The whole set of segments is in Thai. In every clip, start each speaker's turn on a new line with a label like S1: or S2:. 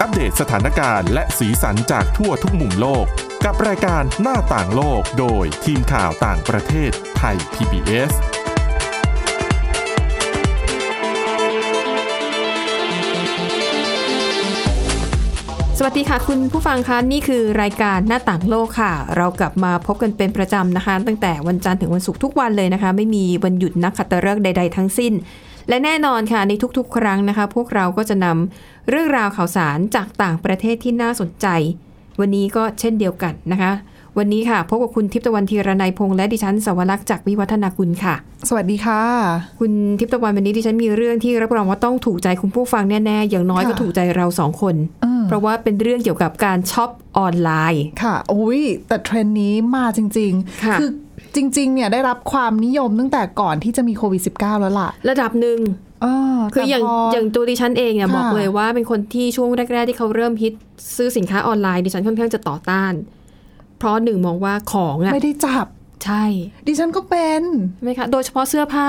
S1: อัปเดตสถานการณ์และสีสันจากทั่วทุกมุมโลก กับรายการหน้าต่างโลกโดยทีมข่าวต่างประเทศไทย PBS
S2: สวัสดีค่ะ คุณผู้ฟังคะนี่คือรายการหน้าต่างโลกค่ะ เรากลับมาพบกันเป็นประจำนะคะ ตั้งแต่วันจันทร์ถึงวันศุกร์ทุกวันเลยนะคะ ไม่มีวันหยุดนักขัตฤกษ์ใด ๆ ทั้งสิ้น และแน่นอนค่ะในทุกๆ ครั้งนะคะ พวกเราก็จะนำเรื่องราวข่าวสารจากต่างประเทศที่น่าสนใจ วันนี้ก็เช่นเดียวกันนะคะ วันนี้ค่ะพบกับคุณทิพย์ตะวันธีรนัยพงษ์และดิฉันสวรักษ์จากวิวัฒนาคุณค่ะ
S3: สวัสดีค่ะ
S2: คุณทิพย์ตะวันวันนี้ดิฉันมีเรื่องที่รับรองว่าต้องถูกใจคุณผู้ฟังแน่ๆอย่างน้อยก็
S3: ค่ะ
S2: ถูกใจเราสองคน
S3: อืม
S2: เพราะว่าเป็นเรื่องเกี่ยวกับการช็อปออนไลน์
S3: ค่ะโอ้ยแต่เทรนด์นี้มาจริง
S2: ค่ะ
S3: ๆอจริง ๆ เนี่ยได้รับความนิยมตั้งแต่ก่อนที่จะมีโควิด -19 แล้วล่ะ
S2: ระดับหนึ่ง
S3: เอ
S2: คืออย่าง
S3: แต่พ
S2: อย่างตัวดิฉันเองเนี่ย
S3: ค่ะ
S2: บอกเลยว่าเป็นคนที่ช่วงแรกๆที่เขาเริ่มฮิตซื้อสินค้าออนไลน์ดิฉันค่อนข้างจะต่อต้าน เพราะหนึ่งมองว่าของอ่ะ
S3: ไม่ได้จับ
S2: ใช่
S3: ดิฉันก็เป็น
S2: ไหมคะโดยเฉพาะเสื้อผ้า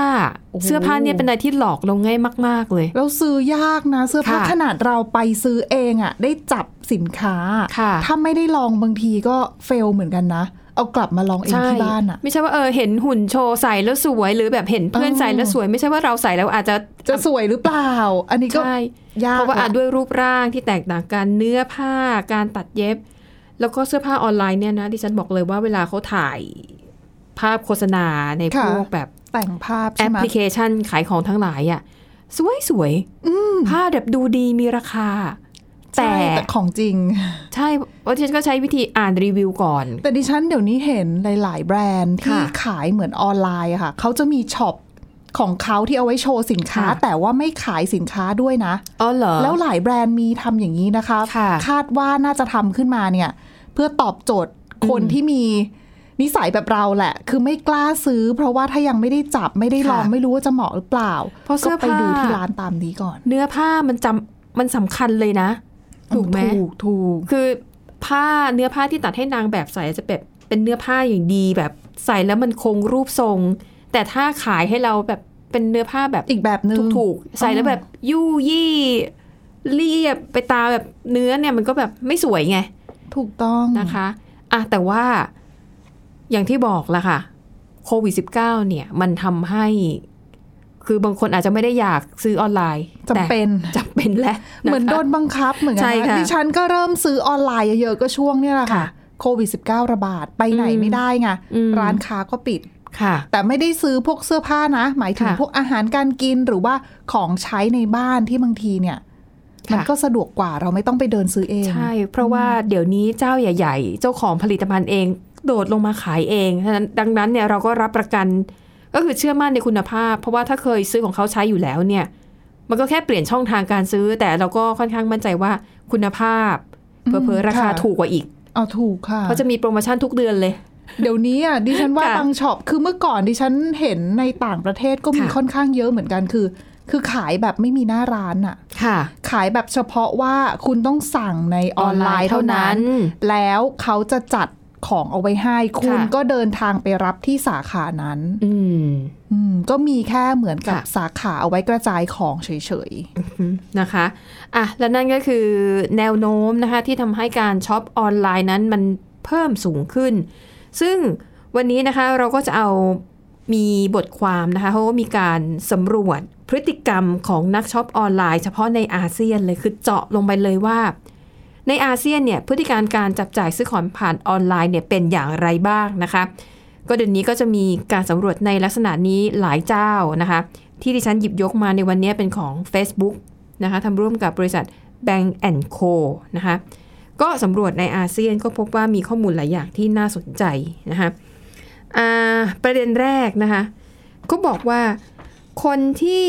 S3: โอ้โห
S2: เสื้อผ้าเนี่ยเป็นอะไรที่หลอกลวงง่ายมาก ๆเลย
S3: เราซื้อยากนะ เสื้อผ้า
S2: ค่ะ
S3: ขนาดเราไปซื้อเองอะ่ะ ได้จับสินค้า
S2: ค่ะ
S3: ถ้าไม่ได้ลองบางทีก็เฟลเหมือนกันนะ เอากลับมาลองเอง
S2: ใช่
S3: ที่บ้านอ่ะ
S2: ไม่ใช่ว่าเออเห็นหุ่นโชว์ใส่แล้วสวยหรือแบบเห็นเพื่อน
S3: เออ
S2: ใส่แล้วสวย ไม่ใช่ว่าเราใส่แล้วอาจจะ
S3: จะสวยหรือเปล่า อันนี้ก็
S2: ใช่
S3: ยาก
S2: เพราะว่าอาจ
S3: ล
S2: ด้วยรูปร่างที่แตกต่างกันเนื้อผ้าการตัดเย็บ แล้วก็เสื้อผ้าออนไลน์เนี่ยนะดิฉันบอกเลยว่าเวลาเขาถ่ายภาพโฆษณาในพ
S3: ค่ะ
S2: วกแบบ
S3: แต่งภาพ
S2: แอ
S3: ใช่
S2: ป
S3: ไหม
S2: พลิเคชันขายของทั้งหลายอะสวยสวยๆผ้าแบบดูดีมีราคา
S3: ใช่
S2: แต่
S3: แต่ของจริง
S2: ใช่เพราะดิฉันก็ใช้วิธีอ่านรีวิวก่อน
S3: แต่ดิฉันเดี๋ยวนี้เห็นหลาย ๆ แบรนด์ที่
S2: ค่ะ
S3: ขายเหมือนออนไลน์อะค่ะ เขาจะมีช็อปของเขาที่เอาไว้โชว์สินค้า
S2: ค่ะ
S3: แต่ว่าไม่ขายสินค้าด้วยนะ
S2: อ๋อเหรอ
S3: แล้วหลายแบรนด์มีทำอย่างนี้นะคะ
S2: ค่ะ
S3: คาดว่าน่าจะทำขึ้นมาเนี่ย เพื่อตอบโจทย์คน
S2: อืม
S3: ที่มีนิสัยแบบเราแหละ คือไม่กล้าซื้อ เพราะว่าถ้ายังไม่ได้จับไม่ได้ลอง
S2: ค่ะ
S3: ไม่รู้ว่าจะเหมาะหรือเปล่า
S2: เพราะเสื้อ
S3: ก็ไปดู
S2: ผ้า
S3: ที่ร้านตามนี้ก่อน
S2: เนื้อผ้ามันจำมันสำคัญเลยนะ ถูกไหม
S3: ถูกถูก
S2: คือผ้าเนื้อผ้าที่ตัดให้นางแบบใส่จะแบบเป็นเนื้อผ้าอย่างดีแบบใส่แล้วมันคงรูปทรง แต่ถ้าขายให้เราแบบเป็นเนื้อผ้าแบบ
S3: อีกแบบนึง
S2: ถูกๆใส่แล้วแบบยู่ยี่เรียบไปตามแบบเนื้อเนี่ยมันก็แบบไม่สวยไง
S3: ถูกต้อง
S2: นะคะอ่ะแต่ว่าอย่างที่บอกละค่ะโควิด1 9เนี่ยมันทำให้ คือบางคนอาจจะไม่ได้อยากซื้อออนไลน์
S3: จำเป็น
S2: แต่จำเป็นแล้วะคะ
S3: เหมือนโดนบังคับเหมือนกั
S2: ใช่
S3: น
S2: ค่ะ
S3: นะดิฉันก็เริ่มซื้อออนไลน์เยอะๆก็ช่วงเนี้ยแหละ
S2: ค่ะ
S3: ค่ะโควิด -19 ระบาดไปไหน
S2: อืม
S3: ไม่ได้ไง
S2: อืม
S3: ร้านค้าก็ปิด
S2: ค่ะ
S3: แต่ไม่ได้ซื้อพวกเสื้อผ้านะ หมายถึง
S2: ค่ะ
S3: พวกอาหารการกินหรือว่าของใช้ในบ้านที่บางทีเนี่ย
S2: ค่ะ
S3: มันก็สะดวกกว่าเราไม่ต้องไปเดินซื้อเอง
S2: ใช่ เพราะว่าเดี๋ยวนี้เจ้าใหญ่ ๆ เจ้าของผลิตภัณฑ์เอง โดดลงมาขายเองฉะนั้นดังนั้นเนี่ยเราก็รับประกัน ก็คือเชื่อมั่นในคุณภาพ เพราะว่าถ้าเคยซื้อของเขาใช้อยู่แล้วเนี่ย มันก็แค่เปลี่ยนช่องทางการซื้อ แต่เราก็ค่อนข้างมั่นใจว่าคุณภาพเผลอๆราคาถูกกว่าอีก
S3: เอาถูกค่ะ
S2: เพราะจะมีโปรโมชั่นทุกเดือนเลย
S3: เดี๋ยวนี้อ่ะดิฉันว่า
S2: ค่ะ
S3: บางช็อปคือเมื่อก่อนดิฉันเห็นในต่างประเทศก็มี
S2: ค่ะ
S3: ค่อนข้างเยอะเหมือนกันคือ คือขายแบบไม่มีหน้าร้านอ่ะ
S2: ค่ะ
S3: ขายแบบเฉพาะว่าคุณต้องสั่งในออนไลน์เท่านั้น แล้วเขาจะจัดของเอาไว้ให้ คุณ
S2: ค่ะ
S3: ก็เดินทางไปรับที่สาขานั้น
S2: อืม
S3: อืมก็มีแค่เหมือนกับ
S2: ค่ะ
S3: สาขาเอาไว้กระจายของเฉย
S2: นะคะอ่ะและนั่นก็คือแนวโน้มนะคะที่ทำให้การช็อปออนไลน์นั้นมันเพิ่มสูงขึ้น ซึ่งวันนี้นะคะเราก็จะเอามีบทความนะคะเขาก็มีการสำรวจพฤติกรรมของนักช็อปออนไลน์ เฉพาะในอาเซียนเลยคือเจาะลงไปเลยว่า ในอาเซียนเนี่ยพฤติการการจับจ่ายซื้อของผ่านออนไลน์เนี่ยเป็นอย่างไรบ้างนะคะ ก็เดี๋ยวนี้ก็จะมีการสำรวจในลักษณะนี้หลายเจ้านะคะ ที่ดิฉันหยิบยกมาในวันนี้เป็นของ Facebook นะคะทำร่วมกับบริษัท Bank Co นะคะก็สำรวจในอาเซียนก็พบว่ามีข้อมูลหลายอย่างที่น่าสนใจนะคะอ่าประเด็นแรกนะคะก็บอกว่าคนที่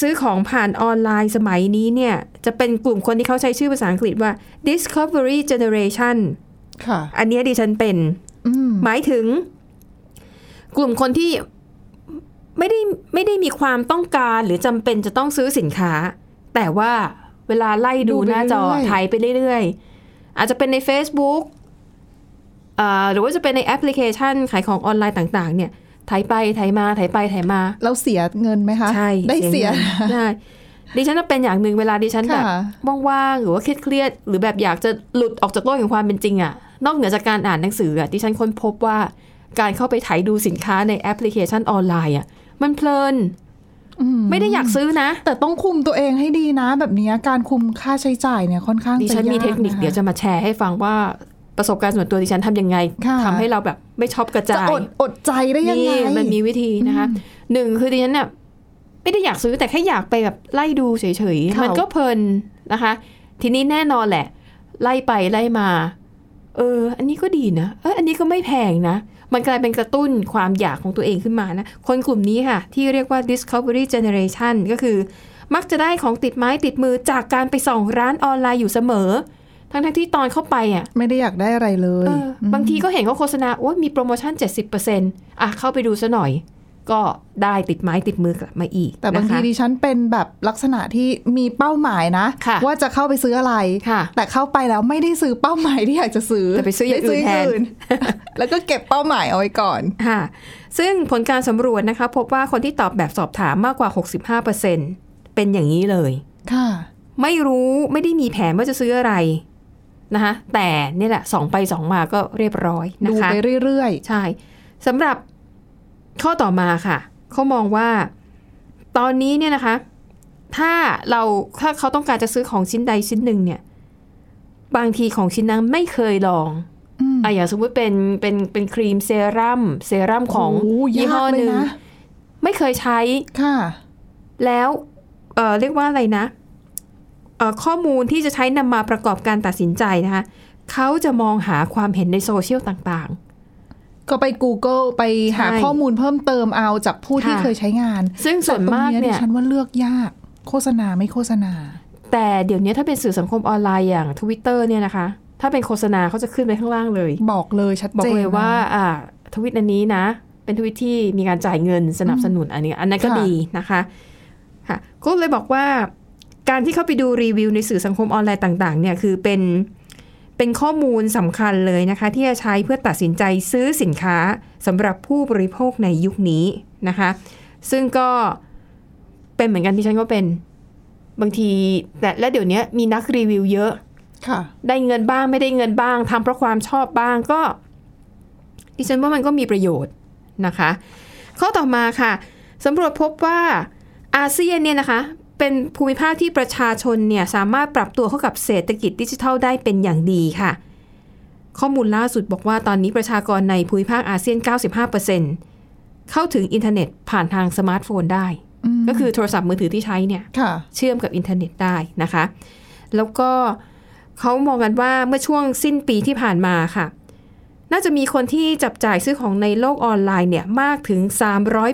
S2: ซื้อของผ่านออนไลน์สมัยนี้เนี่ย จะเป็นกลุ่มคนที่เขาใช้ชื่อภาษาอังกฤษว่า discovery generation
S3: ๆ ค่ะ
S2: อันเนี้ยดิฉันเป็น
S3: อืม
S2: หมายถึง กลุ่มคนที่ไม่ได้ไม่ได้มีความต้องการหรือจำเป็นจะต้องซื้อสินค้า แต่ว่าเวลาไล่ดูหน้าจอไถ่ายไปเรื่อยๆ อาจจะเป็นใน Facebook อ่าหรือว่าจะเป็นในแอปพลิเคชันขายของออนไลน์ต่าง ๆ เนี่ยไถ่ายไปไถ่ายมาไถ่ายไปไถ่ายมา
S3: เราเสียเงินไหมคะ
S2: ใช่
S3: ได้เสีย
S2: งินใช่ ดิฉันน่ะเป็นอย่างหนึ่งเวลาดิฉันแบบ
S3: ค่ะ
S2: ว่างๆหรือว่าเครียดๆหรือแบบอยากจะหลุดออกจากโลกแห่งความเป็นจริงอะนอกเหนือจากการอ่านหนังสืออะดิฉันค้นพบว่าการเข้าไปไถดูสินค้าในแอปพลิเคชันออนไลน์อะมันเพลิน
S3: อืม
S2: ไม่ได้อยากซื้อนะ
S3: แต่ต้องคุมตัวเองให้ดีนะ แบบเนี้ยการคุมค่าใช้จ่ายเนี่ยค่อนข้าง
S2: ดิฉัน
S3: จะยาก
S2: มีเทคนิคเดี๋ยวจะมาแชร์ให้ฟังว่าประสบการณ์ส่วนตัวดิฉันทำยังไง
S3: ค่ะ
S2: ทำให้เราแบบไม่ช็อปกระ
S3: จะ
S2: จาย
S3: อดอดใจได้ยังไง
S2: นี่มันมีวิธีนะคะหนึ่งคือดิฉันเนี่ยไม่ได้อยากซื้อแต่แค่อยากไปแบบไล่ดูเฉยๆ
S3: ค่ะ
S2: มันก็เพลินนะคะ ทีนี้แน่นอนแหละ ไล่ไปไล่มา เออ อันนี้ก็ดีนะเอออันนี้ก็ไม่แพงนะ มันกลายเป็นกระตุ้นความอยากของตัวเองขึ้นมานะ คนกลุ่มนี้ค่ะ ที่เรียกว่า discovery generation ก็คือ มักจะได้ของติดไม้ติดมือจากการไปส่องร้านออนไลน์อยู่เสมอ ทั้งทที่ตอนเข้าไปอ่ะ
S3: ไม่ได้อยากได้อะไรเล
S2: เอย ออบางทีก็เห็นเขาโฆษณาโอ้ยมีโปรโมชั่น 70%อ่ะเข้าไปดูซะหน่อย ก็ได้ติดไม้ติดมือกลับมาอีก
S3: แต่บาง
S2: นะคะ
S3: ทีดิฉันเป็นแบบลักษณะที่มีเป้าหมายนะ
S2: ค่ะ
S3: ว่าจะเข้าไปซื้ออะไร
S2: ค่ะ
S3: แต่เข้าไปแล้วไม่ได้ซื้อเป้าหมายที่อยากจะซื้อ
S2: แต่ไปซื้ออย่างอื่นแทน
S3: ได้ซื้ แล้วก็เก็บเป้าหมายเอาไว้ก่อน
S2: ค่ะซึ่งผลการสำรวจนะคะ พบว่าคนที่ตอบแบบสอบถามมากกว่า 65%เป็นอย่างนี้เลย
S3: ค่ะ
S2: ไม่รู้ไม่ได้มีแผนว่าจะซื้ออะไรนะคะแต่นี่แหละสองไปสองมาก็เรียบร้อยนะ
S3: ดู
S2: คะ
S3: ไปเรื่อย
S2: ใช่สำหรับข้อต่อมาค่ะเขามองว่าตอนนี้เนี่ยนะคะ ถ้าเราถ้าเขาต้องการจะซื้อของชิ้นใดชิ้นหนึ่งเนี่ย บางทีของชิ้นนั้นไม่เคยลอง
S3: ๆอืม
S2: อ่ะอย่างสมมติเป็นเป็นเป็นครีมเซรั่มเซรั่มของ
S3: โโ
S2: ยี่ห้อหนึ่ง
S3: ยากเลยะ
S2: ไม่เคยใช้
S3: ค่ะ
S2: แล้วเอ่อเรียกว่าอะไรนะเอ่อข้อมูลที่จะใช้นำมาประกอบการตัดสินใจนะคะเขาจะมองหาความเห็นในโซเชียลต่าง
S3: ก็ไป Google ไปหา
S2: ใช่
S3: ข้อมูลเพิ่มเติมเอาจากผู้ที่
S2: ค่ะ
S3: เคยใช้งาน
S2: ๆ ซึ่งส่วนมาก
S3: แต่ตรง
S2: เนี่ย
S3: ดิฉันว่าเลือกยาก โฆษณาไม่โฆษณา
S2: แต่เดี๋ยวนี้ถ้าเป็นสื่อสังคมออนไลน์อย่าง Twitter เนี่ยนะคะ ถ้าเป็นโฆษณาเขาจะขึ้นไปข้างล่างเลย
S3: บอกเลยชัด
S2: บอ
S3: เจ
S2: ก
S3: น
S2: เลยว่า
S3: นะ
S2: อ่าทวิตอันนี้นะ เป็นทวิตที่มีการจ่ายเงินสนับสนุนอันนี้ อันนั้นก็
S3: ค่ะ
S2: ดีนะคะค่ะก็เลยบอกว่าการที่เข้าไปดูรีวิวในสื่อสังคมออนไลน์ต่างๆ เนี่ยคือเป็นเป็นข้อมูลสำคัญเลยนะคะ ที่จะใช้เพื่อตัดสินใจซื้อสินค้าสำหรับผู้บริโภคในยุคนี้นะคะ ซึ่งก็เป็นเหมือนกันที่ฉันก็เป็นบางทีแต่และเดี๋ยวนี้มีนักรีวิวเยอะ
S3: ค่ะ
S2: ได้เงินบ้างไม่ได้เงินบ้างทำเพราะความชอบบ้างก็ ดิฉันว่ามันก็มีประโยชน์นะคะ ข้อต่อมาค่ะสำรวจพบว่าอาเซียนเนี่ยนะคะ เป็นภูมิภาคที่ประชาชนเนี่ยสามารถปรับตัวเข้ากับเศรษฐกิจดิจิทัลได้เป็นอย่างดีค่ะ ข้อมูลล่าสุดบอกว่าตอนนี้ประชากรในภูมิภาคอาเซียน 95%เข้าถึงอินเทอร์เน็ตผ่านทางสมาร์ทโฟนได้
S3: อืม
S2: ก็คือโทรศัพท์มือถือที่ใช้เนี่ย
S3: ค่ะ
S2: เชื่อมกับอินเทอร์เน็ตได้นะคะ แล้วก็เขามองกันว่าเมื่อช่วงสิ้นปีที่ผ่านมาค่ะ น่าจะมีคนที่จับจ่ายซื้อของในโลกออนไลน์เนี่ยมากถึง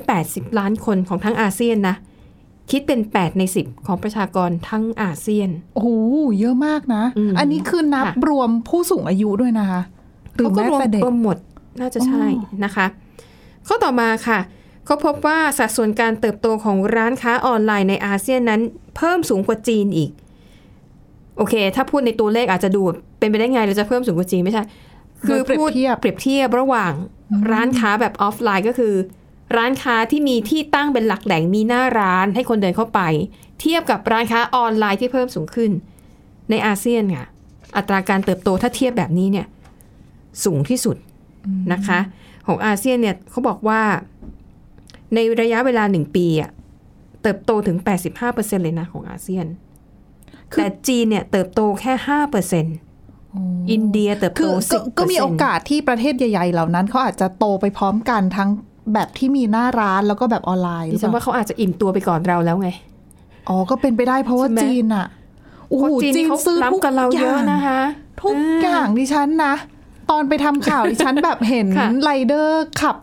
S2: 380 ล้านคนของทั้งอาเซียนนะ คิดเป็น 8 ใน 10 ของประชากรทั้งอาเซียน
S3: โอ้โห เยอะมากนะ
S2: อืม
S3: อันนี้คือนับ
S2: ค่ะ
S3: รวมผู้สูงอายุด้วยนะคะ หรือ
S2: เขาก็
S3: แม้
S2: รวม
S3: แต่เด็ก
S2: รวมหมดน่าจะใช่
S3: อ๋อ
S2: นะคะ ข้อต่อมาค่ะ เขาพบว่าสัดส่วนการเติบโตของร้านค้าออนไลน์ในอาเซียนนั้น เพิ่มสูงกว่าจีนอีก โอเค ถ้าพูดในตัวเลขอาจจะดูเป็นไปได้ไงเราจะเพิ่มสูงกว่าจีนไม่ใช่ คือ
S3: โดยเปรียบ
S2: พูด
S3: เทียบ
S2: เปรียบเทียบระหว่างร้านค้าแบบออฟไลน์ก็คือ ร้านค้าที่มีที่ตั้งเป็นหลักแหล่งมีหน้าร้านให้คนเดินเข้าไป เทียบกับร้านค้าออนไลน์ที่เพิ่มสูงขึ้น ในอาเซียนค่ะ อัตราการเติบโตถ้าเทียบแบบนี้เนี่ย สูงที่สุดนะคะ ของอาเซียนเนี่ยเขาบอกว่า ในระยะเวลาหนึ่งปีอะเติบโตถึง 85%เลยนะของอาเซียน
S3: คือ
S2: แต่จีนเนี่ยเติบโตแค่5%อินเดียเติบ
S3: คื
S2: โต
S3: อก็
S2: 10%
S3: ก็มีโอกาสที่ประเทศใหญ่ๆ เหล่านั้นเขาอาจจะโตไปพร้อมกันทั้งแบบที่มีหน้าร้านแล้วก็แบบออนไลน์ห
S2: ดิ
S3: รือเป
S2: ฉัน
S3: ล่า
S2: ว่าเขาอาจจะอิ่มตัวไปก่อนเราแล้วไง
S3: อ๋อ ก็เป็นไปได้เพราะว่า
S2: ใช่ไหม
S3: จีนอะโอ้โห
S2: เพราะ
S3: จีน
S2: เขา
S3: ซื้อทุก
S2: ล้ำกับเรา
S3: อ
S2: เย
S3: ย่า
S2: อะ
S3: ง
S2: นะคะ
S3: ทุกอย่างดิฉันนะ ตอนไปทำข่าว ดิฉันแบบเห็น
S2: ค่ะ
S3: ไรเดอร์ขับ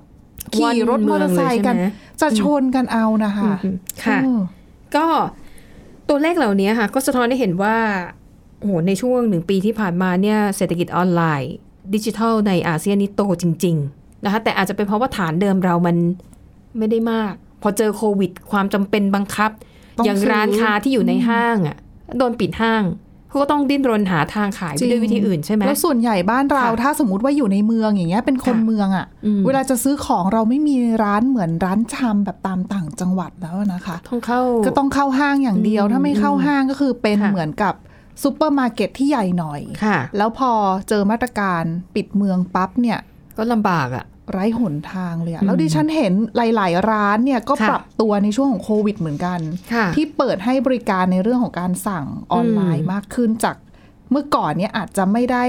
S2: วัน
S3: ขี่รถมอเตอร์ไซค์กัน
S2: เมืองเลยใช่ไหม
S3: จะชนกันเอานะคะ
S2: อืมค่ะ
S3: อืม
S2: ก็ตัวเลขเหล่านี้ค่ะ ก็สะท้อนได้เห็นว่าโอ้โหในช่วงหนึ่งปีที่ผ่านมาเนี่ยเศรษฐกิจออนไลน์ ดิจิทัลในอาเซียนนี่โตจริง ๆ นะคะ แต่อาจจะเป็นเพราะว่าฐานเดิมเรามันไม่ได้มาก พอเจอโควิด ความจำเป็นบังคับ
S3: ต้
S2: อย่าง
S3: ซื้
S2: ร้านค้าที่อยู่ในห้างอ่ะโดนปิดห้าง เขาก็ต้องดิ้นรนหาทางขายไป
S3: จริง
S2: ด้วยวิธีอื่นใช่ไหม
S3: แล้วส่วนใหญ่บ้านเรา
S2: ค่ะ
S3: ถ้าสมมติว่าอยู่ในเมืองอย่างเงี้ยเป็นคน
S2: ค่ะ
S3: เมืองอะ่ะ
S2: อืม
S3: เวลาจะซื้อของเราไม่มีร้านเหมือนร้านชำแบบตามต่างจังหวัดแล้วนะคะ
S2: ต้องเข้า
S3: ก็ต้องเข้าห้างอย่างเดียว
S2: อืม
S3: ถ้าไม่เข้าห้างก็คือเป็น
S2: ค่ะ
S3: เหมือนกับซูเปอร์มาร์เก็ตที่ใหญ่หน่อย
S2: ค่ะ
S3: แล้วพอเจอมาตรการปิดเมืองปั๊บเนี่ย
S2: ก็ลำบากอ่ะ
S3: ไร้หนทางเลยอะ
S2: อืม
S3: แล้วดิฉันเห็นหลาย ๆ ร้านเนี่ยก็
S2: ค่ะ
S3: ปรับตัวในช่วงของโควิดเหมือนกัน
S2: ค่ะ
S3: ที่เปิดให้บริการในเรื่องของการสั่งออนไลน์
S2: อืม
S3: มากขึ้นจากเมื่อก่อนเนี่ยอาจจะไม่ได้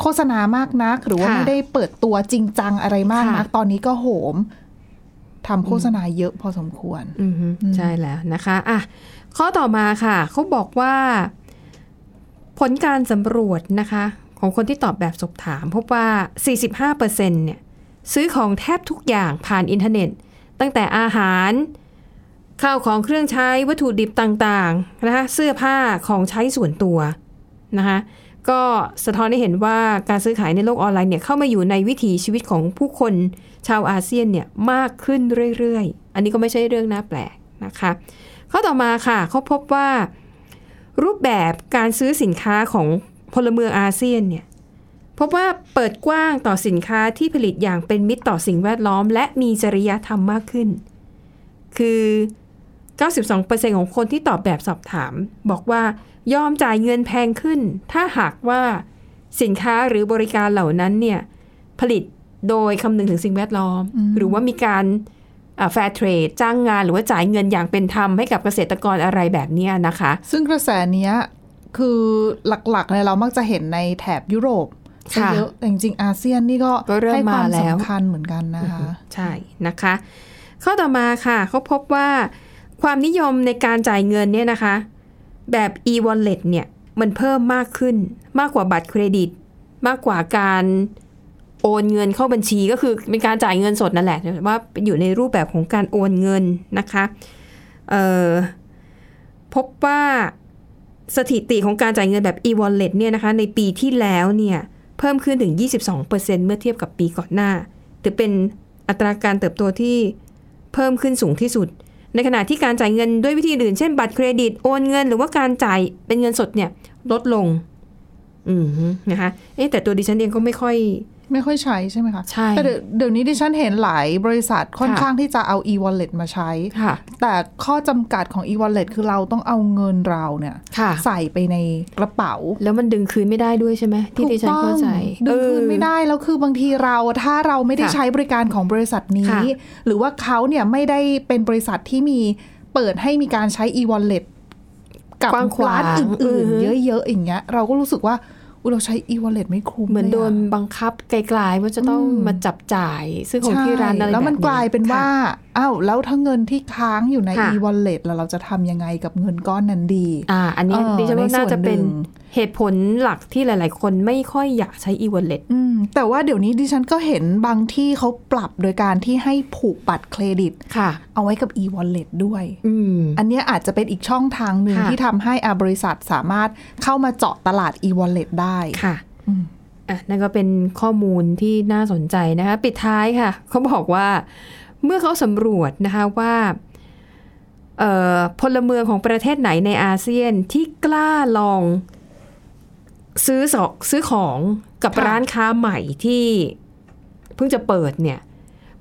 S3: โฆษณามากนัก หรือว่า
S2: ค่ะ
S3: ไม่ได้เปิดตัวจริงจังอะไรมาก
S2: ค่ะ
S3: นัก ตอนนี้ก็โหมทำโฆษณาเยอะพอสมควร
S2: อือฮึ
S3: อืม
S2: ใช่แล้วนะคะอ่ะข้อต่อมาค่ะ เขาบอกว่า ผลการสำรวจนะคะ ของคนที่ตอบแบบสอบถาม พบว่า 45%เนี่ย ซื้อของแทบทุกอย่างผ่านอินเทอร์เน็ต ตั้งแต่อาหาร ข้าวของเครื่องใช้วัตถุดิบต่างๆนะคะเสื้อผ้าของใช้ส่วนตัวนะคะก็สะท้อนให้เห็นว่าการซื้อขายในโลกออนไลน์เนี่ยเข้ามาอยู่ในวิถีชีวิตของผู้คนชาวอาเซียนเนี่ยมากขึ้นเรื่อยๆ อันนี้ก็ไม่ใช่เรื่องน่าแปลกนะคะข้อต่อมาค่ะเขาพบว่า รูปแบบการซื้อสินค้าของพลเมืองอาเซียนเนี่ยพบว่าเปิดกว้างต่อสินค้าที่ผลิตอย่างเป็นมิตรต่อสิ่งแวดล้อม และมีจริยธรรมมากขึ้น คือ 92%ของคนที่ตอบแบบสอบถาม บอกว่ายอมจ่ายเงินแพงขึ้น ถ้าหากว่าสินค้าหรือบริการเหล่านั้นเนี่ยผลิตโดยคำนึงถึงสิ่งแวดล้อม หรือว่ามีการแฟร์เทรดจ้างงานหรือว่าจ่ายเงินอย่างเป็นธรรมให้กับเกษตรกรอะไรแบบเนี้ยนะคะ
S3: ซึ่งกระแสเนี้ยคือหลักๆเลยเรามักจะเห็นในแถบยุโรปซะ
S2: ค่ะ
S3: เยอะแต่จริงๆอาเซียนนี่ก็
S2: ก็เริ่ม
S3: ให้ความ
S2: มาแล้ว
S3: สำคัญเหมือนกันนะคะ
S2: ใช่นะคะ ข้อต่อมาค่ะเขาพบว่าความนิยมในการจ่ายเงินเนี่ยนะคะ แบบ e-wallet เนี่ยมันเพิ่มมากขึ้น มากกว่าบัตรเครดิต มากกว่าการโอนเงินเข้าบัญชีก็คือเป็นการจ่ายเงินสดนั่นแหละแต่ว่าอยู่ในรูปแบบของการโอนเงินนะคะเอ่อพบว่าสถิติของการจ่ายเงินแบบ e-wallet เนี่ยนะคะในปีที่แล้วเนี่ยเพิ่มขึ้นถึง 22%เมื่อเทียบกับปีก่อนหน้า ถือเป็นอัตราการเติบโตที่เพิ่มขึ้นสูงที่สุด ในขณะที่การจ่ายเงินด้วยวิธีอื่น เช่นบัตรเครดิตโอนเงิน หรือว่าการจ่ายเป็นเงินสดเนี่ยลดลง อืมนะคะเอ๊ะแต่ตัวดิฉันเองก็ไม่ค่อย
S3: ไม่ค่อยใช้ใช่ไหมคะ
S2: ใช่
S3: แต่เดี๋ยวเดี๋ยวนี้ดิฉันเห็นหลายบริษัทค่อน
S2: ค่ะ
S3: ข้างที่จะเอา e-wallet มาใช้
S2: ค่ะ
S3: แต่ข้อจำกัดของ e-wallet คือเราต้องเอาเงินเราเนี่ย
S2: ค่ะ
S3: ใส่ไปในกระเป๋า
S2: แล้วมันดึงคืนไม่ได้ด้วยใช่ไหมที่ดิฉันเข้าใจ
S3: ถูกต้องดึงคืน
S2: เออ
S3: ไม่ได้แล้วคือบางทีเราถ้าเราไม่ได้
S2: ค่ะ
S3: ใช้บริการของบริษัทนี้
S2: ค่ะ
S3: หรือว่าเขาเนี่ยไม่ได้เป็นบริษัทที่มีเปิดให้มีการใช้ e-wallet กับ
S2: กว้างขวาง
S3: ร้านอื่น
S2: อือฮึ
S3: ๆ เยอะๆอย่างเงี้ยเราก็รู้สึกว่าอุ๊ยเราใช้ e-wallet ไม่คุ้ม
S2: เหมือน
S3: ลยะ
S2: โดนบังคับไกลๆว่าจะต้อง
S3: อืม
S2: มาจับจ่าย ซึ่งของที่ร้านอะไร
S3: แล้วมัน
S2: บบ
S3: กลายเป็นว่า อ้าว แล้วถ้าเงินที่ค้างอยู่ใน
S2: ค่ะ
S3: e-wallet แล้วเราจะทำยังไงกับเงินก้อนนั้นดี
S2: อ่า อันนี้
S3: เออ
S2: ดิฉันว่า
S3: ในส่วน
S2: น่าจะเป็น
S3: หนึ่ง
S2: เหตุผลหลักที่หลาย ๆ คนไม่ค่อยอยากใช้ e-wallet
S3: อืม แต่ว่าเดี๋ยวนี้ดิฉันก็เห็นบางที่เขาปรับโดยการที่ให้ผูกบัตรเครดิต
S2: ค่ะ
S3: เอาไว้กับ e-wallet ด้วย
S2: อืม
S3: อันเนี้ยอาจจะเป็นอีกช่องทางหนึ่ง
S2: ค่ะ
S3: ที่ทำให้อาบริษัทสามารถเข้ามาเจาะตลาด e-wallet ได้
S2: ค่ะ
S3: อืม
S2: อ่ะ นั่นก็เป็นข้อมูลที่น่าสนใจนะคะ ปิดท้ายค่ะ เขาบอกว่าเมื่อเขาสำรวจนะคะว่าเอ่อพลเมืองของประเทศไหนในอาเซียนที่กล้าลองซื้อสอซื้อของกับ
S3: ค่ะ
S2: ร้านค้าใหม่ที่เพิ่งจะเปิดเนี่ย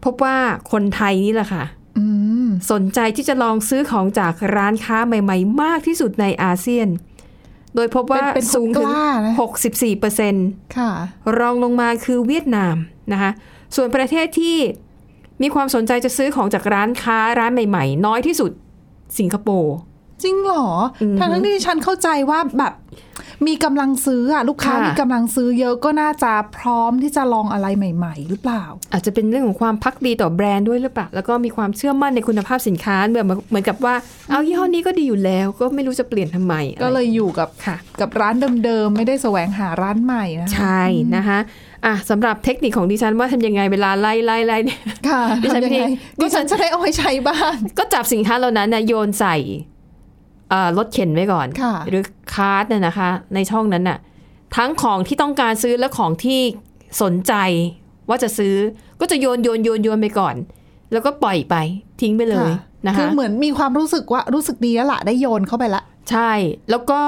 S2: พบว่าคนไทยนี่แหละค่ะ
S3: อืม
S2: สนใจที่จะลองซื้อของจากร้านค้าใหม่ ๆ มากที่สุดในอาเซียน โดยพบว่า
S3: เป็นเป็นคน
S2: สูงถึง
S3: กล้านะ
S2: 64เปอร์เซ็นต์
S3: ค่ะ
S2: รองลงมาคือเวียดนามนะคะ ส่วนประเทศที่มีความสนใจจะซื้อของจากร้านค้าร้านใหม่ ๆ น้อยที่สุดสิงคโปร์
S3: จริงเหรอ
S2: อือฮึ
S3: ทั้งทั้งที่ดิฉันเข้าใจว่าแบบมีกำลังซื้ออะลูกค้า
S2: ค่ะ
S3: มีกำลังซื้อเยอะก็น่าจะพร้อมที่จะลองอะไรใหม่ ๆ หรือเปล่า
S2: อาจจะเป็นเรื่องของความพักดีต่อแบรนด์ด้วยหรือเปล่า แล้วก็มีความเชื่อมั่นในคุณภาพสินค้าเหมือนเหมือนกับว่า เอายี่ห้อนี้ก็ดีอยู่แล้ว ก็ไม่รู้จะเปลี่ยนทำไมอะไร
S3: ก็เลยอยู่กับ
S2: ค่ะ
S3: กับร้านเดิมๆ ไม่ได้แสวงหาร้านใหม่นะคะ
S2: ใช่นะคะอ่ะสำหรับเทคนิคของดิฉันว่าทำยังไงเวลาไล่ไล่ไล่เนี่ย
S3: ค่ะ
S2: ดิฉัน
S3: ทำยังไง
S2: ไม่ได้
S3: ดิฉันจะได้เอาไว้ใช้บ้าง
S2: ก็จับสินค้าเหล่านั้นนะโยนใส่เอ่อรถเข็นไว้ก่อน
S3: ค่ะ
S2: หรือคาร์ดน่ะนะคะ ในช่องนั้นน่ะ ทั้งของที่ต้องการซื้อและของที่สนใจว่าจะซื้อ ก็จะโยนโยนโยนโยนไปก่อน แล้วก็ปล่อยไปทิ้งไปเลยนะคะ
S3: คือเหมือนมีความรู้สึกว่ารู้สึกดีแล้วล่ะได้โยนเข้าไปละ
S2: ใช่แล้วก็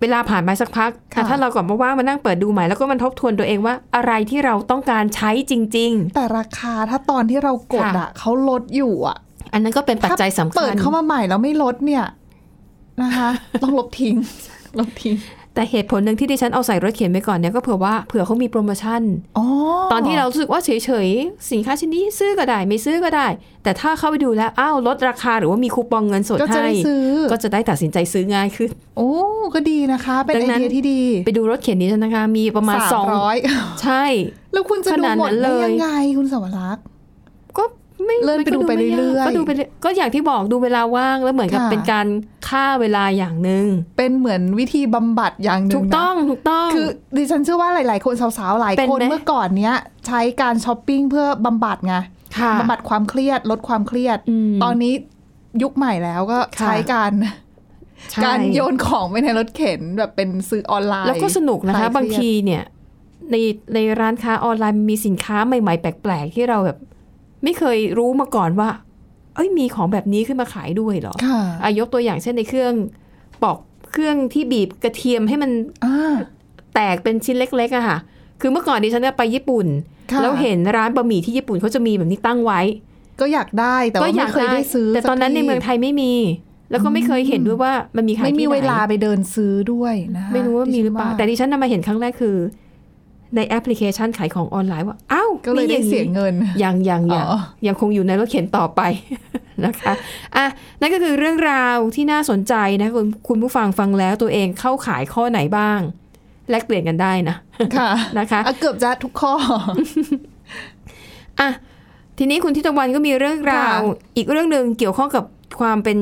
S2: เวลาผ่านไปสักพัก
S3: ค่ะ
S2: อ่ะถ้าเรากลับมาว่างมานั่งเปิดดูใหม่แล้วก็มันทบทวนตัวเองว่าอะไรที่เราต้องการใช้จริง
S3: แต่ราคาถ้าตอนที่เรากดอ่ะเขาลดอยู่อ่ะ
S2: ๆ อันนั้นก็เป็นปัจจัยสำ
S3: เปิ
S2: คั
S3: ด
S2: ญ
S3: เข้ามาใหม่แล้วไม่ลดเนี่ยนะคะ ต้องลบทิ้ง ลบทิ้ง
S2: แต่เหตุผลหนึ่งที่ดิฉันเอาใส่รถเข็นไปก่อนเนี่ยก็เผื่อว่าเผื่อเขามีโปรโมชั่น
S3: อ๋อ
S2: ตอนที่เรารู้สึกว่าเฉยๆ สินค้าชิ้นนี้ซื้อก็ได้ไม่ซื้อก็ได้ แต่ถ้าเข้าไปดูแล้วอ้าวลดราคาหรือว่ามีคูปองเงินสด
S3: ก็จะ
S2: ให้
S3: ได้ซื้อ
S2: ก็จะได้ตัดสินใจซื้อง่ายขึ้น
S3: โอ้ก็ดีนะคะ เป็น
S2: ดั
S3: ไอง
S2: นั้น
S3: เดียที่ดี
S2: ไปดูรถเข็นนี้นะคะมีประมาณสอง
S3: ร้อย
S2: ใช่
S3: แล้วคุณจะ
S2: ข
S3: ดู
S2: นาด
S3: หมด
S2: นั้น
S3: ได้
S2: เลย
S3: ยังไงคุณสวรักษ์
S2: ก็ไม่
S3: เลื่อน
S2: มั
S3: ไป
S2: ก็
S3: ดูไป
S2: ม่าก
S3: เรื่อยๆ
S2: ก็ดูไปเรื่อยก็อย่างที่บอกดูเวลาว่างแล้วเหมือนกับ
S3: ค่ะ
S2: เป็นการฆ่าเวลาอย่างหนึ่ง
S3: เป็นเหมือนวิธีบำบัดอย่างหนึ่ง
S2: ถูก
S3: นะ
S2: ต้องถูกต้อง
S3: คือดิฉันเชื่อว่าหลาย ๆ คนสาวๆ หลาย
S2: เป็น
S3: คน
S2: ไหม
S3: เมื่อก่อนเนี้ยใช้การช้อปปิ้งเพื่อบำบัดไง
S2: ค่ะ
S3: บำบัดความเครียดลดความเครียด
S2: อืม
S3: ตอนนี้ยุคใหม่แล้วก็
S2: ค่ะ
S3: ใช้การ
S2: ใช่
S3: การโยนของไปในรถเข็นแบบเป็นซื้อออนไลน์
S2: แล้วก็สนุกนะ
S3: ลาย
S2: คะ
S3: เครียด
S2: บางทีเนี่ยในในร้านค้าออนไลน์มีสินค้าใหม่ๆ แปลกๆ ที่เราแบบ ไม่เคยรู้มาก่อนว่า เอ้ยมีของแบบนี้ขึ้นมาขายด้วยเหรอ
S3: ค่ะ
S2: อายกตัวอย่างเช่นในเครื่องปอกเครื่องที่บีบกระเทียมให้มัน
S3: อ่า
S2: แตกเป็นชิ้นเล็กๆอะค่ะ คือเมื่อก่อนดิฉันเนี่ยไปญี่ปุ่น
S3: ค่ะ
S2: แล้วเห็นร้านบะหมี่ที่ญี่ปุ่นเขาจะมีแบบนี้ตั้งไว้
S3: ก็อยากได้แต่
S2: ก็
S3: ว่าไม่เคยได้ซื้อ
S2: แต่ตอนนั้นในเมืองไทยไม่มี แล้วก็ไม่เคยเห็นด้วยว่ามันมีขาย
S3: ไม่
S2: ที่
S3: มี
S2: ไหน
S3: เวลาไปเดินซื้อด้วยนะคะ
S2: ไม่รู้ว่ามีหรือเปล่า แต่ดิฉันนำมาเห็นครั้งแรกคือ ในแอปพลิเคชันขายของออนไลน์ว่า อ้าว
S3: ก็เลย
S2: มีอ
S3: ได้
S2: ย่าง
S3: เสีย
S2: นี้
S3: เงิน
S2: ยังยังยัง
S3: อ๋อ
S2: ยังคงอยู่ในรถเข็นต่อไป นะคะอ่ะนั่นก็คือเรื่องราวที่น่าสนใจนะคุณคุณผู้ฟังฟังแล้วตัวเองเข้าขายข้อไหนบ้าง แลกเปลี่ยนกันได้นะ
S3: ค่ะ
S2: นะคะ
S3: อ่เกือบจะทุก ข้อ
S2: อ่ะทีนี้คุณทิตวันก็มีเรื่องราว
S3: ค่ะ
S2: อีกเรื่องหนึ่งเกี่ยวข้องกับความเป็น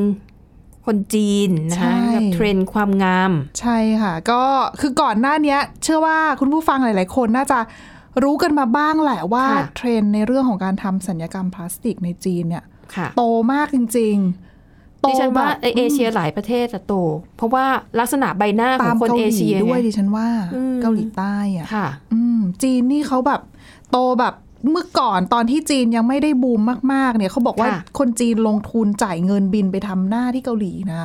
S2: คนจีนนะคะ
S3: ใช่
S2: กับเทรนด์ความงาม
S3: ใช่ค่ะ ก็คือก่อนหน้าเนี้ย เชื่อว่าคุณผู้ฟังหลาย ๆ คนน่าจะรู้กันมาบ้างแหละว่า
S2: ค่ะ
S3: เทรนด์ในเรื่องของการทำสัญญกรรมพลาสติกในจีนเนี่ย
S2: ค่ะ
S3: โตมากจริงๆโต
S2: ดิฉันว่า
S3: แบบ
S2: ในเอเชียหลายประเทศอะโต เพราะว่าลักษณะใบหน้าข
S3: ตา
S2: อง
S3: ม
S2: คน
S3: เกา
S2: เอ
S3: หลี
S2: เชีย
S3: ด้วย
S2: ไง
S3: ดิฉันว่า
S2: อืม
S3: เกาหลีใต้อ่ะ
S2: ค่ะ
S3: อืมจีนนี่เขาแบบโตแบบเมื่อก่อนตอนที่จีนยังไม่ได้บูมมาก ๆ เนี่ยเขาบอกว่า
S2: ค่ะ
S3: คนจีนลงทุนจ่ายเงินบินไปทำหน้าที่เกาหลีนะ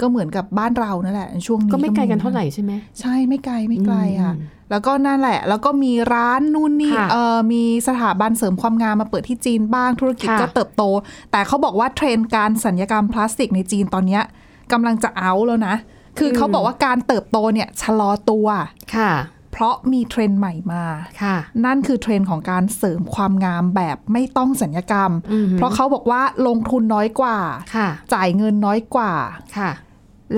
S3: ก็เหมือนกับบ้านเรานั่นแหละช่วงนี้
S2: ก็ไม่ไกลกัน
S3: มีะ
S2: เท่าไหร่ใช่ไหม
S3: ใช่ไม่ไกลไม่ไกลค่ะ
S2: อืม
S3: แล้วก็นั่นแหละ แล้วก็มีร้านนู่นนี่
S2: ค่ะ
S3: เออมีสถาบันเสริมความงามมาเปิดที่จีนบ้างธุรกิจ
S2: ค่ะ
S3: ก็เติบโต แต่เขาบอกว่าเทรนด์การสัญญกรรมพลาสติกในจีนตอนเนี้ยกำลังจะเอาแล้วนะ คือเขาบอกว่าการเติบโตเนี่ยชะลอตัว
S2: ค่ะ
S3: เพราะมีเทรนด์ใหม่มา
S2: ค่ะ
S3: นั่นคือเทรนด์ของการเสริมความงามแบบไม่ต้องสัญญกรรม
S2: อือหือ
S3: เพราะเขาบอกว่าลงทุนน้อยกว่า
S2: ค่ะ
S3: จ่ายเงินน้อยกว่า
S2: ค่ะ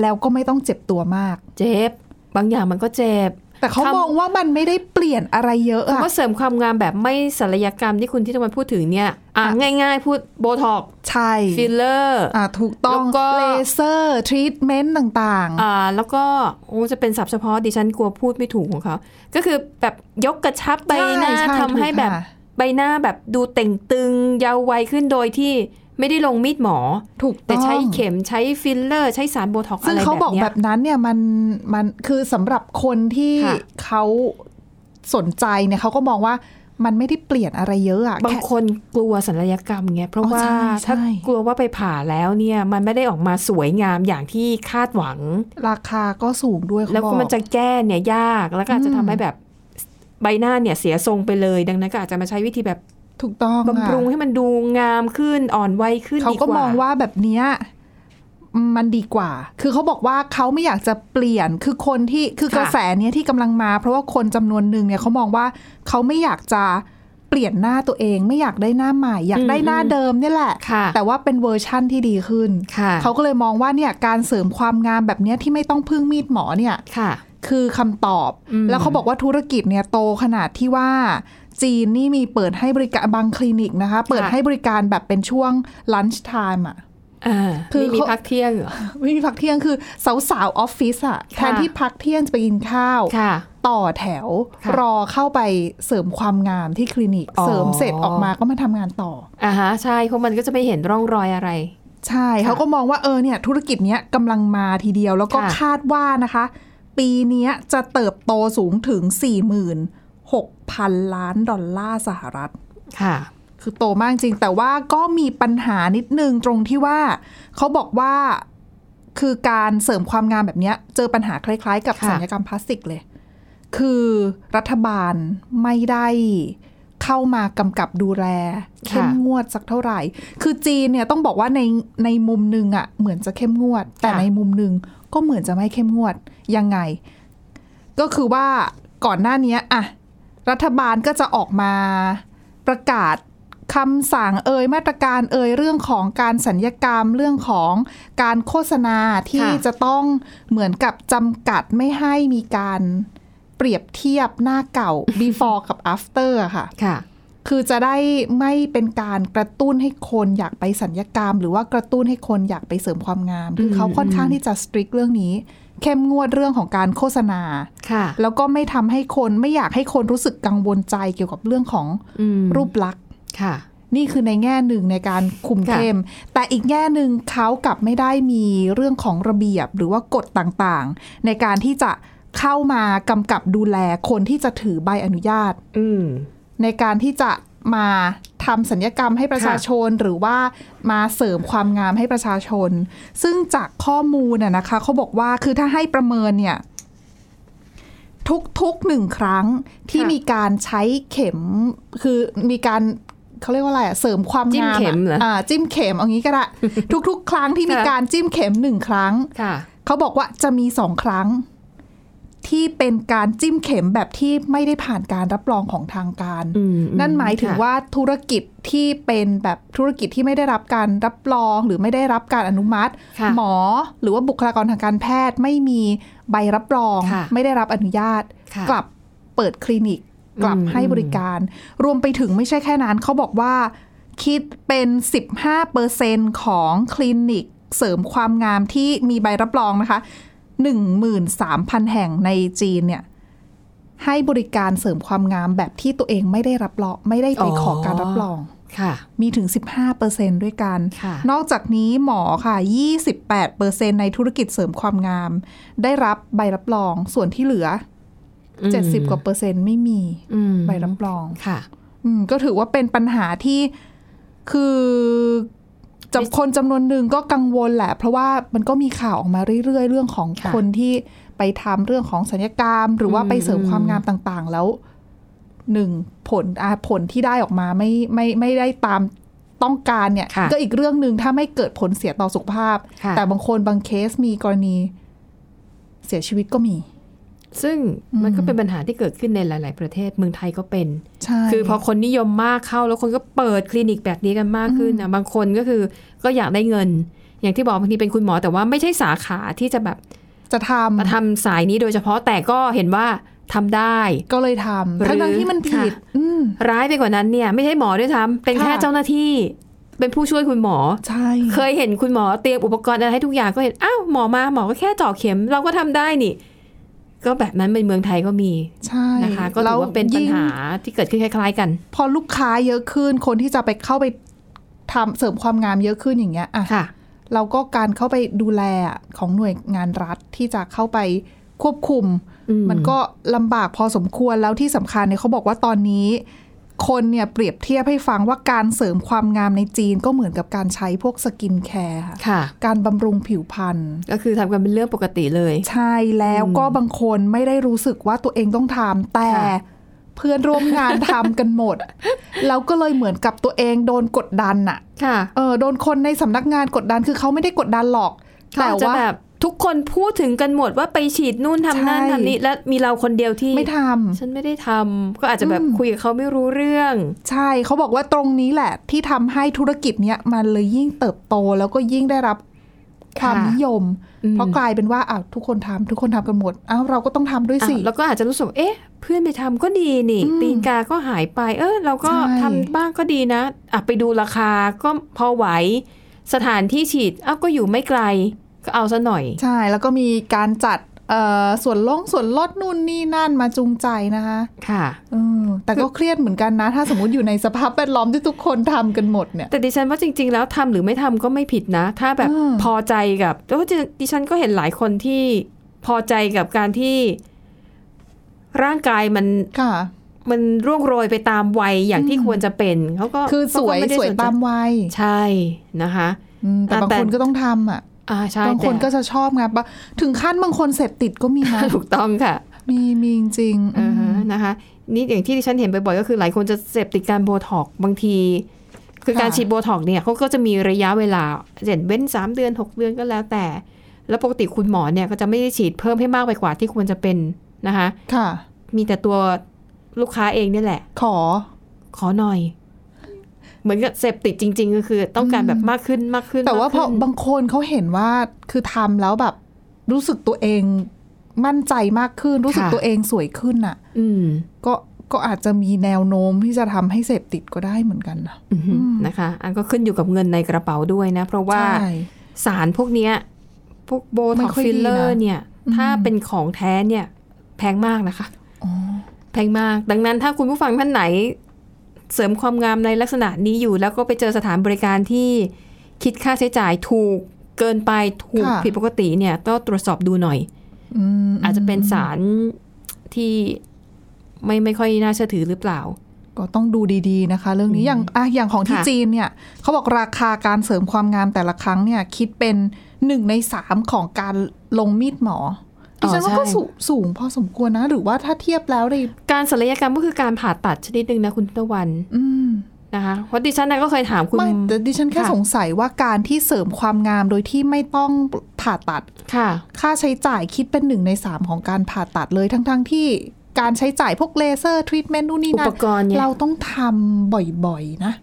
S3: แล้วก็ไม่ต้องเจ็บตัวมาก
S2: เจ็บ บางอย่างมันก็เจ็บ
S3: แต่เขา
S2: คำ
S3: มองว่ามันไม่ได้เปลี่ยนอะไรเยอะอะ
S2: คำว่าเสริมความงามแบบไม่ศัลยกรรมที่คุณทิตวันพูดถึงเนี่ยอ่ะ
S3: ค่ะ
S2: ง่าย ๆ พูดโบท็อก
S3: ใช่
S2: ฟิลเลอร์
S3: อ่าถูกต้อง
S2: แล้วก็
S3: เลเซอร์ ทรีทเมนต์ต่าง
S2: อ่าแล้วก็โอ้จะเป็นศัพท์เฉพาะดิฉันกลัวพูดไม่ถูกของเขา ก็คือแบบยกกระชับใบหน้า
S3: ใช่ใช่
S2: ทำให้
S3: ถูก
S2: แบบ
S3: ค่ะ
S2: ใบหน้าแบบดูเต่งตึงเยาววัยขึ้นโดยที่ไม่ได้ลงมีดหมอ
S3: ๆ ถูก
S2: แต่
S3: ต้อง
S2: ใช้เข็มใช้ฟิลเลอร์ ใช้สารโบท็อกซ์
S3: ซึ่
S2: อะ
S3: ง
S2: ไร
S3: เขาบอก
S2: เนี้
S3: แบ
S2: ย
S3: บนั้นเนี่ยมันมันคือสำหรับคนที่
S2: ค่ะ
S3: เขาสนใจเนี่ยเขาก็มองว่ามันไม่ได้เปลี่ยนอะไรเยอะอะ
S2: บาง
S3: แค่
S2: คนกลัวศัลยกรรมไงเพราะ
S3: อ๋อ
S2: ว่า
S3: ใช่ใช่
S2: ถ้ากลัวว่าไปผ่าแล้วเนี่ยมันไม่ได้ออกมาสวยงามอย่างที่คาดหวัง
S3: ราคาก็สูงด้วยเขา
S2: แล้ว
S3: บ
S2: ก็
S3: อก
S2: มันจะแก้เนี่ยยากแล้วก็อาจจะ
S3: อืม
S2: ทำให้แบบใบหน้าเนี่ยเสียทรงไปเลย ดังนั้นก็อาจจะมาใช้วิธีแบบ
S3: ถูกต้องอะ
S2: บำรุงให้มันดูงามขึ้นอ่อนวัยขึ้น
S3: เขา
S2: ดี
S3: ก็มองว่าแบบเนี้ยมันดีกว่า คือเขาบอกว่าเขาไม่อยากจะเปลี่ยนคือคนที่คือกระแสเนี้ยที่กำลังมา เพราะว่าคนจำนวนหนึ่งเนี่ยเขามองว่าเขาไม่อยากจะเปลี่ยนหน้าตัวเอง ไม่อยากได้หน้าใหม่ อยากได้หน้าเดิมเนี่ยแหละ
S2: ค่ะ
S3: แต่ว่าเป็นเวอร์ชั่นที่ดีขึ้น
S2: ค่ะ
S3: เขาก็เลยมองว่าเนี่ยการเสริมความงามแบบเนี้ยที่ไม่ต้องพึ่งมีดหมอเนี่ย
S2: ค่ะ
S3: คือคำตอบ
S2: อืม
S3: แล้วเขาบอกว่าธุรกิจเนี่ยโตขนาดที่ว่า จีนนี่มีเปิดให้บริการบางคลินิกนะคะ เปิด
S2: ค่ะ
S3: ให้บริการแบบเป็นช่วง lunch time อะ
S2: อ่า
S3: คือ
S2: ไม่มี
S3: เขา
S2: พักเที่ยงเหรอ
S3: ไม่มีพักเที่ยงคือสาวสาวๆออฟฟิศอะแท
S2: ค่ะ
S3: นที่พักเที่ยงจะไปกินข้าว
S2: ค่ะ
S3: ต่อแถว
S2: ค่ะ
S3: รอเข้าไปเสริมความงามที่คลินิก
S2: อ๋อ
S3: เสริมเสร็จออกมาก็มาทำงานต่อ
S2: อ่าฮะใช่เพราะมันก็จะไม่เห็นร่องรอยอะไร
S3: ใช่เขาก็มองว่าเออเนี่ยธุรกิจเนี้ยกำลังมาทีเดียว แล้วก็
S2: ค่ะ
S3: คาดว่านะคะ ปีเนี้ยจะเติบโตสูงถึง 46,000 ล้านดอลลาร์สหรัฐ
S2: ค่ะ
S3: คือโตมากจริง แต่ว่าก็มีปัญหานิดนึงตรงที่ว่า เขาบอกว่า คือการเสริมความงามแบบเนี้ย เจอปัญหาคล้าย ๆ กับ
S2: ค่ะ
S3: สัญญกรรมพลาสติกเลย คือรัฐบาลไม่ได้เข้ามากำกับดูแลเข้มงวดสักเท่าไหร่ คือจีนเนี่ยต้องบอกว่าในในมุมหนึ่งอะ่ะเหมือนจะเข้มงวด แต่ในมุมหนึ่งก็เหมือนจะไม่เข้มงวดยังไง ก็คือว่าก่อนหน้าเนี้ยอะรัฐบาลก็จะออกมาประกาศคำสั่งเอ่ยมาตรการเอ่ยเรื่องของการสัญญกรรมเรื่องของการโฆษณาที่
S2: ค่ะ
S3: จะต้องเหมือนกับจำกัดไม่ให้มีการเปรียบเทียบหน้าเก่า before กับ after อะค่ะ
S2: ค่ะ
S3: คือจะได้ไม่เป็นการกระตุ้นให้คนอยากไปสัญญกรรม หรือว่ากระตุ้นให้คนอยากไปเสริมความงาม คือ
S2: ม
S3: เขาค่อนข้างที่จะสตริกเรื่องนี้ เข้มงวดเรื่องของการโฆษณา
S2: ค่ะ
S3: แล้วก็ไม่ทำให้คนไม่อยากให้คนรู้สึกกังวลใจเกี่ยวกับเรื่องของ
S2: อืม
S3: รูปลักษณ์
S2: ค่ะ
S3: นี่คือในแง่หนึ่งในการคุม
S2: ค่ะ
S3: เข้ม แต่อีกแง่หนึ่งเขากลับไม่ได้มีเรื่องของระเบียบหรือว่ากฎต่างๆ ในการที่จะเข้ามากำกับดูแลคนที่จะถือใบอนุญาต
S2: อืม
S3: ในการที่จะมาทำสัญญกรรมให้ประชาชนหรือว่ามาเสริมความงามให้ประชาชน ซึ่งจากข้อมูลน่ะนะคะเขาบอกว่าคือถ้าให้ประเมินเนี่ย ทุกๆหนึ่งครั้งที่
S2: ค่ะ
S3: มีการใช้เข็มคือมีการเขาเรียกว่าอะไรอะเสริมความ
S2: จิ้ม
S3: งาม
S2: เข็ม
S3: อะ
S2: เหรอ
S3: อ่าจิ้มเข็มเอางี้ ก็ได้ ทุกๆ ครั้งที่มี
S2: ค่ะ
S3: การจิ้มเข็มหนึ่งครั้ง
S2: ค่ะ
S3: เขาบอกว่าจะมีสองครั้ง ที่เป็นการจิ้มเข็มแบบที่ไม่ได้ผ่านการรับรองของทางการ
S2: อืมอื
S3: นั่นหมายถึง
S2: ค่ะ
S3: ว่าธุรกิจที่เป็นแบบธุรกิจที่ไม่ได้รับการรับรองหรือไม่ได้รับการอนุมัติ
S2: ค่ะ
S3: หมอหรือว่าบุคลากรทางการแพทย์ไม่มีใบรับรอง
S2: ค่ะ
S3: ไม่ได้รับอนุญาต
S2: ค่ะ
S3: กลับเปิดคลินิก กลับ
S2: อืม
S3: ให้บริการ รวมไปถึงไม่ใช่แค่นั้นเขาบอกว่า คิดเป็น 15%ของคลินิกเสริมความงามที่มีใบรับรองนะคะ 13,000 แห่งในจีนเนี่ย ให้บริการเสริมความงามแบบที่ตัวเองไม่ได้รับรอง ไม่ได้ไปขอการรับรอง
S2: ค่ะ
S3: มีถึง 15%ด้วยกัน
S2: ค่ะ
S3: นอกจากนี้หมอค่ะ 28%ในธุรกิจเสริมความงาม ได้รับใบรับรอง ส่วนที่เหลือ
S2: อืม
S3: เจ็ดสิบกว่าเปอร์เซ็นต์ไม่มี
S2: อืม
S3: ใบรับรอง
S2: ค่ะ
S3: อืมก็ถือว่าเป็นปัญหาที่คือจำคนจำนวนหนึ่งก็กังวลแหละ เพราะว่ามันก็มีข่าวออกมาเรื่อยๆ เรื่องของ
S2: ค่ะ
S3: คนที่ไปทำเรื่องของสัญญกรรม หรือว่า
S2: อืม
S3: ไปเสริมความงามต่างๆ แล้วหนึ่งผลอ่ะผลที่ได้ออกมาไม่ไม่ไม่ได้ตามต้องการเนี่ย
S2: ค่ะ
S3: ก็อีกเรื่องหนึ่งถ้าไม่เกิดผลเสียต่อสุขภาพ
S2: ค่ะ
S3: แต่บางคนบางเคสมีกรณีเสียชีวิตก็มี
S2: ซึ่ง
S3: อืม
S2: มันก็เป็นปัญหาที่เกิดขึ้นในหลาย ๆ ประเทศเมืองไทยก็เป็น
S3: ใช่
S2: คือพอคนนิยมมากเข้าแล้วคนก็เปิดคลินิกแบบนี้กันมากขึ้นนะบางคนก็คือก็อยากได้เงิน อย่างที่บอกบางทีเป็นคุณหมอแต่ว่าไม่ใช่สาขาที่จะแบบ
S3: จะทำ
S2: มาทำสายนี้โดยเฉพาะแต่ก็เห็นว่าทำได้
S3: ก็เลยท
S2: หรือ
S3: ำทั้งนั้นที่มันผิด
S2: ค่ะ
S3: อืม
S2: ร้ายไปกว่านั้นเนี่ยไม่ใช่หมอด้วยซ้ำเป็นแค่
S3: ค่ะ
S2: เจ้าหน้าที่ เป็นผู้ช่วยคุณหมอ
S3: ใช่
S2: เคยเห็นคุณหมอเตรียมอุปกรณ์อะไรให้ทุกอย่างก็เห็นอ้าวหมอมาหมอก็แค่เจาะเข็ม เราก็ทำได้นี่ ก็แบบนั้นในเมืองไทยก็มี
S3: ใช่
S2: นะคะ ก็ถือว่าเป็นปัญหา
S3: แล้วยิ่
S2: ที่เกิดขึ้นคล้าย ๆ กัน
S3: งพอลูกค้าเยอะขึ้น คนที่จะไปเข้าไปทำเสริมความงามเยอะขึ้นอย่างเงี้ยอ่ะ
S2: ค่ะ
S3: เราก็การเข้าไปดูแลของหน่วยงานรัฐที่จะเข้าไปควบคุม
S2: อืม
S3: มันก็ลำบากพอสมควรแล้วที่สำคัญเนี่ยเขาบอกว่าตอนนี้ คนเนี่ยเปรียบเทียบให้ฟังว่าการเสริมความงามในจีนก็เหมือนกับการใช้พวกสกินแคร์ค่ะ
S2: ค่ะ
S3: การบำรุงผิวพรรณ
S2: ก็คือทำกันเป็นเรื่องปกติเลย
S3: ใช่แล้วก็บางคนไม่ได้รู้สึกว่าตัวเองต้องทำแต่
S2: ค่ะ
S3: เพื่อนร่วมงานทำกันหมด แล้วก็เลยเหมือนกับตัวเองโดนกดดันอะ
S2: ค่ะ
S3: เออโดนคนในสำนักงานกดดันคือเขาไม่ได้กดดันหรอก แต่
S2: เขาจะ
S3: ว่า
S2: แบบทุกคนพูดถึงกันหมดว่าไปฉีดนู่นทำนั่น
S3: ใช่
S2: ทำนี่และมีเราคนเดียวที่
S3: ไม่ท
S2: ฉันไม่ได้ทำก็อาจจะแบบคุยกับเขาไม่รู้เรื่อง
S3: ำใช่เขาบอกว่าตรงนี้แหละ ที่ทำให้ธุรกิจเนี้ยมันเลยยิ่งเติบโตแล้วก็ยิ่งได้รับความ
S2: ค่ะ
S3: นิยม
S2: อืม
S3: เพราะกลายเป็นว่าอ้าวทุกคนทำทุกคนทำกันหมดอ้าวเราก็ต้องทำด้วยสิ
S2: อ่ะแล้วก็อาจจะรู้สึกว่าเอ๊ะ เพื่อนไปทำก็ดีนี่
S3: อืม
S2: ตีนกาก็หายไป เออ เราก็
S3: ใช่
S2: ทำบ้างก็ดีนะอ่ะไปดูราคาก็พอไหว สถานที่ฉีดเอ้าก็อยู่ไม่ไกล ก็เอาซะหน่อย
S3: ใช่แล้วก็มีการจัดเอ่อส่วนลงส่วนลดนู่นนี่นั่นมาจูงใจนะคะ
S2: ค่ะ
S3: เออแต่ก็เครียดเหมือนกันนะ ถ้าสมมติอยู่ในสภาพแวดล้อมที่ทุกคนทำกันหมดเนี่ย
S2: แต่ดิฉันว่าจริง ๆ แล้วทำหรือไม่ทำก็ไม่ผิดนะ ถ้าแบบ
S3: อืม
S2: พอใจกับโอ้ยดิฉันก็เห็นหลายคนที่พอใจกับการที่ร่างกายมัน
S3: ค่ะ
S2: มันร่วงโรยไปตามวัยอย่างที่ควรจะเป็นเขาก็
S3: คือสวย
S2: เขก็ไม่ได้
S3: สวย
S2: นใจ
S3: ตามวัย
S2: ใช่นะคะ
S3: อืมแต่
S2: อ่ะ
S3: บาง
S2: แต่
S3: คนก็ต้องทำอ่ะ
S2: อ่าใช่
S3: บางคน
S2: แต่
S3: ก็จะชอบไงบะถึงขั้นบางคนเสพติดก็มีนะ
S2: ถูกต้องค่ะ
S3: มีมีจริงๆ
S2: อ่าฮะนะคะนี่อย่างที่ดิฉันเห็นบ่อยๆก็คือหลายคนจะเสพติดการโบท็อกซ์บางที คือการฉีดโบท็อกซ์เนี่ยเขาก็จะมีระยะเวลาเจ็ดเว้น 3 เดือน 6 เดือนก็แล้วแต่ แล้วปกติคุณหมอเนี่ยก็จะไม่ได้ฉีดเพิ่มให้มากไปกว่าที่ควรจะเป็นนะคะ
S3: ค่ะ
S2: มีแต่ตัวลูกค้าเองเนี่ยแหละ
S3: ขอ
S2: ขอหน่อย เหมือนกับเสพติดจริง ๆ ก็คือ ต้องการแบบมากขึ้นมากขึ้น
S3: แต่ว่าม
S2: ก
S3: พอ
S2: ขึ้น
S3: บางคนเขาเห็นว่าคือทำแล้วแบบ รู้สึกตัวเองมั่นใจมากขึ้น รู้สึก
S2: ค่ะ
S3: ตัวเองสวยขึ้นน่ะ
S2: อืม
S3: ก็ก็อาจจะมีแนวโน้มที่จะทำให้เสพติดก็ได้เหมือนกันนะ
S2: อื้อหือนะคะ อันก็ขึ้นอยู่กับเงินในกระเป๋าด้วยนะ เพราะว่า
S3: ใช่
S2: สารพวกเนี้ย พวกโบท็
S3: ไม่
S2: อก
S3: ค่อยดี
S2: ฟิลเลอร์
S3: นะ
S2: เนี่ย ถ้าเป็นของแท้เนี่ย แพงมากนะคะ
S3: อ๋อ
S2: แพงมาก ดังนั้นถ้าคุณผู้ฟังท่านไหน เสริมความงามในลักษณะนี้อยู่ แล้วก็ไปเจอสถานบริการที่คิดค่าใช้จ่ายถูกเกินไปถูกผิดปกติเนี่ยก็ตรวจสอบดูหน่อย
S3: อืม
S2: อาจจะเป็นสารที่ไม่ไม่ค่อยน่าเชื่อถือหรือเปล่า
S3: ก็ต้องดูดีๆนะคะ เรื่องนี้อย่างอ่ะอย่างของที่
S2: ค่ะ
S3: จีนเนี่ยเขาบอกราคาการเสริมความงามแต่ละครั้งเนี่ย คิดเป็นหนึ่งในสามของการลงมีดหมอดิฉันว่าก็สูสูงพอสมควรนะ หรือว่าถ้าเทียบแล้วเลย
S2: การศัลยกรรมก็คือการผ่าตัดชนิดหนึ่งนะคุณตะวัน
S3: อืม
S2: นะคะเพราะดิฉันน่ะก็เคยถามคุณ
S3: ไม่แต่ดิฉันแค่
S2: ค่ะ
S3: สงสัยว่าการที่เสริมความงามโดยที่ไม่ต้องผ่าตัด
S2: ค่ะ
S3: ค่าใช้จ่ายคิดเป็นหนึ่งในสามของการผ่าตัดเลยทั้งๆทที่การใช้จ่ายพวกเลเซอร์ทรีทเมนต์นู่นนี่นั่
S2: อุ
S3: น
S2: ปกรณ์เนี่ย
S3: เราต้องทำบ่อยๆนะ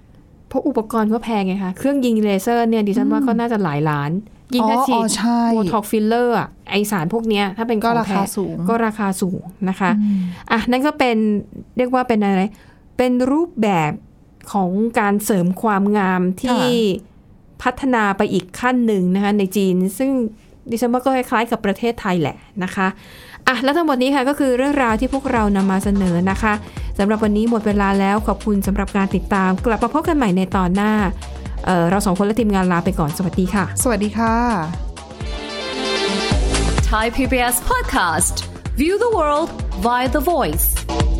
S2: เพราะอุปกรณ์ก็แพงไงคะเครื่องยิงเลเซอร์เนี่ยดิฉันว่าก็น่าจะหลายล้าน ยิงถ้า
S3: อ๋อ
S2: ฉี
S3: อ๋
S2: ด
S3: อใช่
S2: โบท็อกฟิลเลอร์อะไอสารพวกเนี้ยถ้าเป็น
S3: ก็
S2: ของ
S3: ราคา
S2: แพ
S3: สูง
S2: ก็ราคาสูงนะคะอ่ะนั่นก็เป็นเรียกว่าเป็นอะไร เป็นรูปแบบของการเสริมความงามที่พัฒนาไปอีกขั้นหนึ่งนะคะในจีน ซึ่งดิฉันว่าก็คล้ายๆกับประเทศไทยแหละนะคะอ่ะแล้วทั้งหมดนี้ค่ะก็คือเรื่องราวที่พวกเรานำมาเสนอนะคะสำหรับวันนี้หมดเวลาแล้วขอบคุณสำหรับการติดตาม กลับมาพบกันใหม่ในตอนหน้าเอ่อเราสองคนและทีมงานลาไปก่อนสวัสดีค่ะ
S3: สวัสดีค่ะ
S4: Thai PBS podcast. View the world via the voice.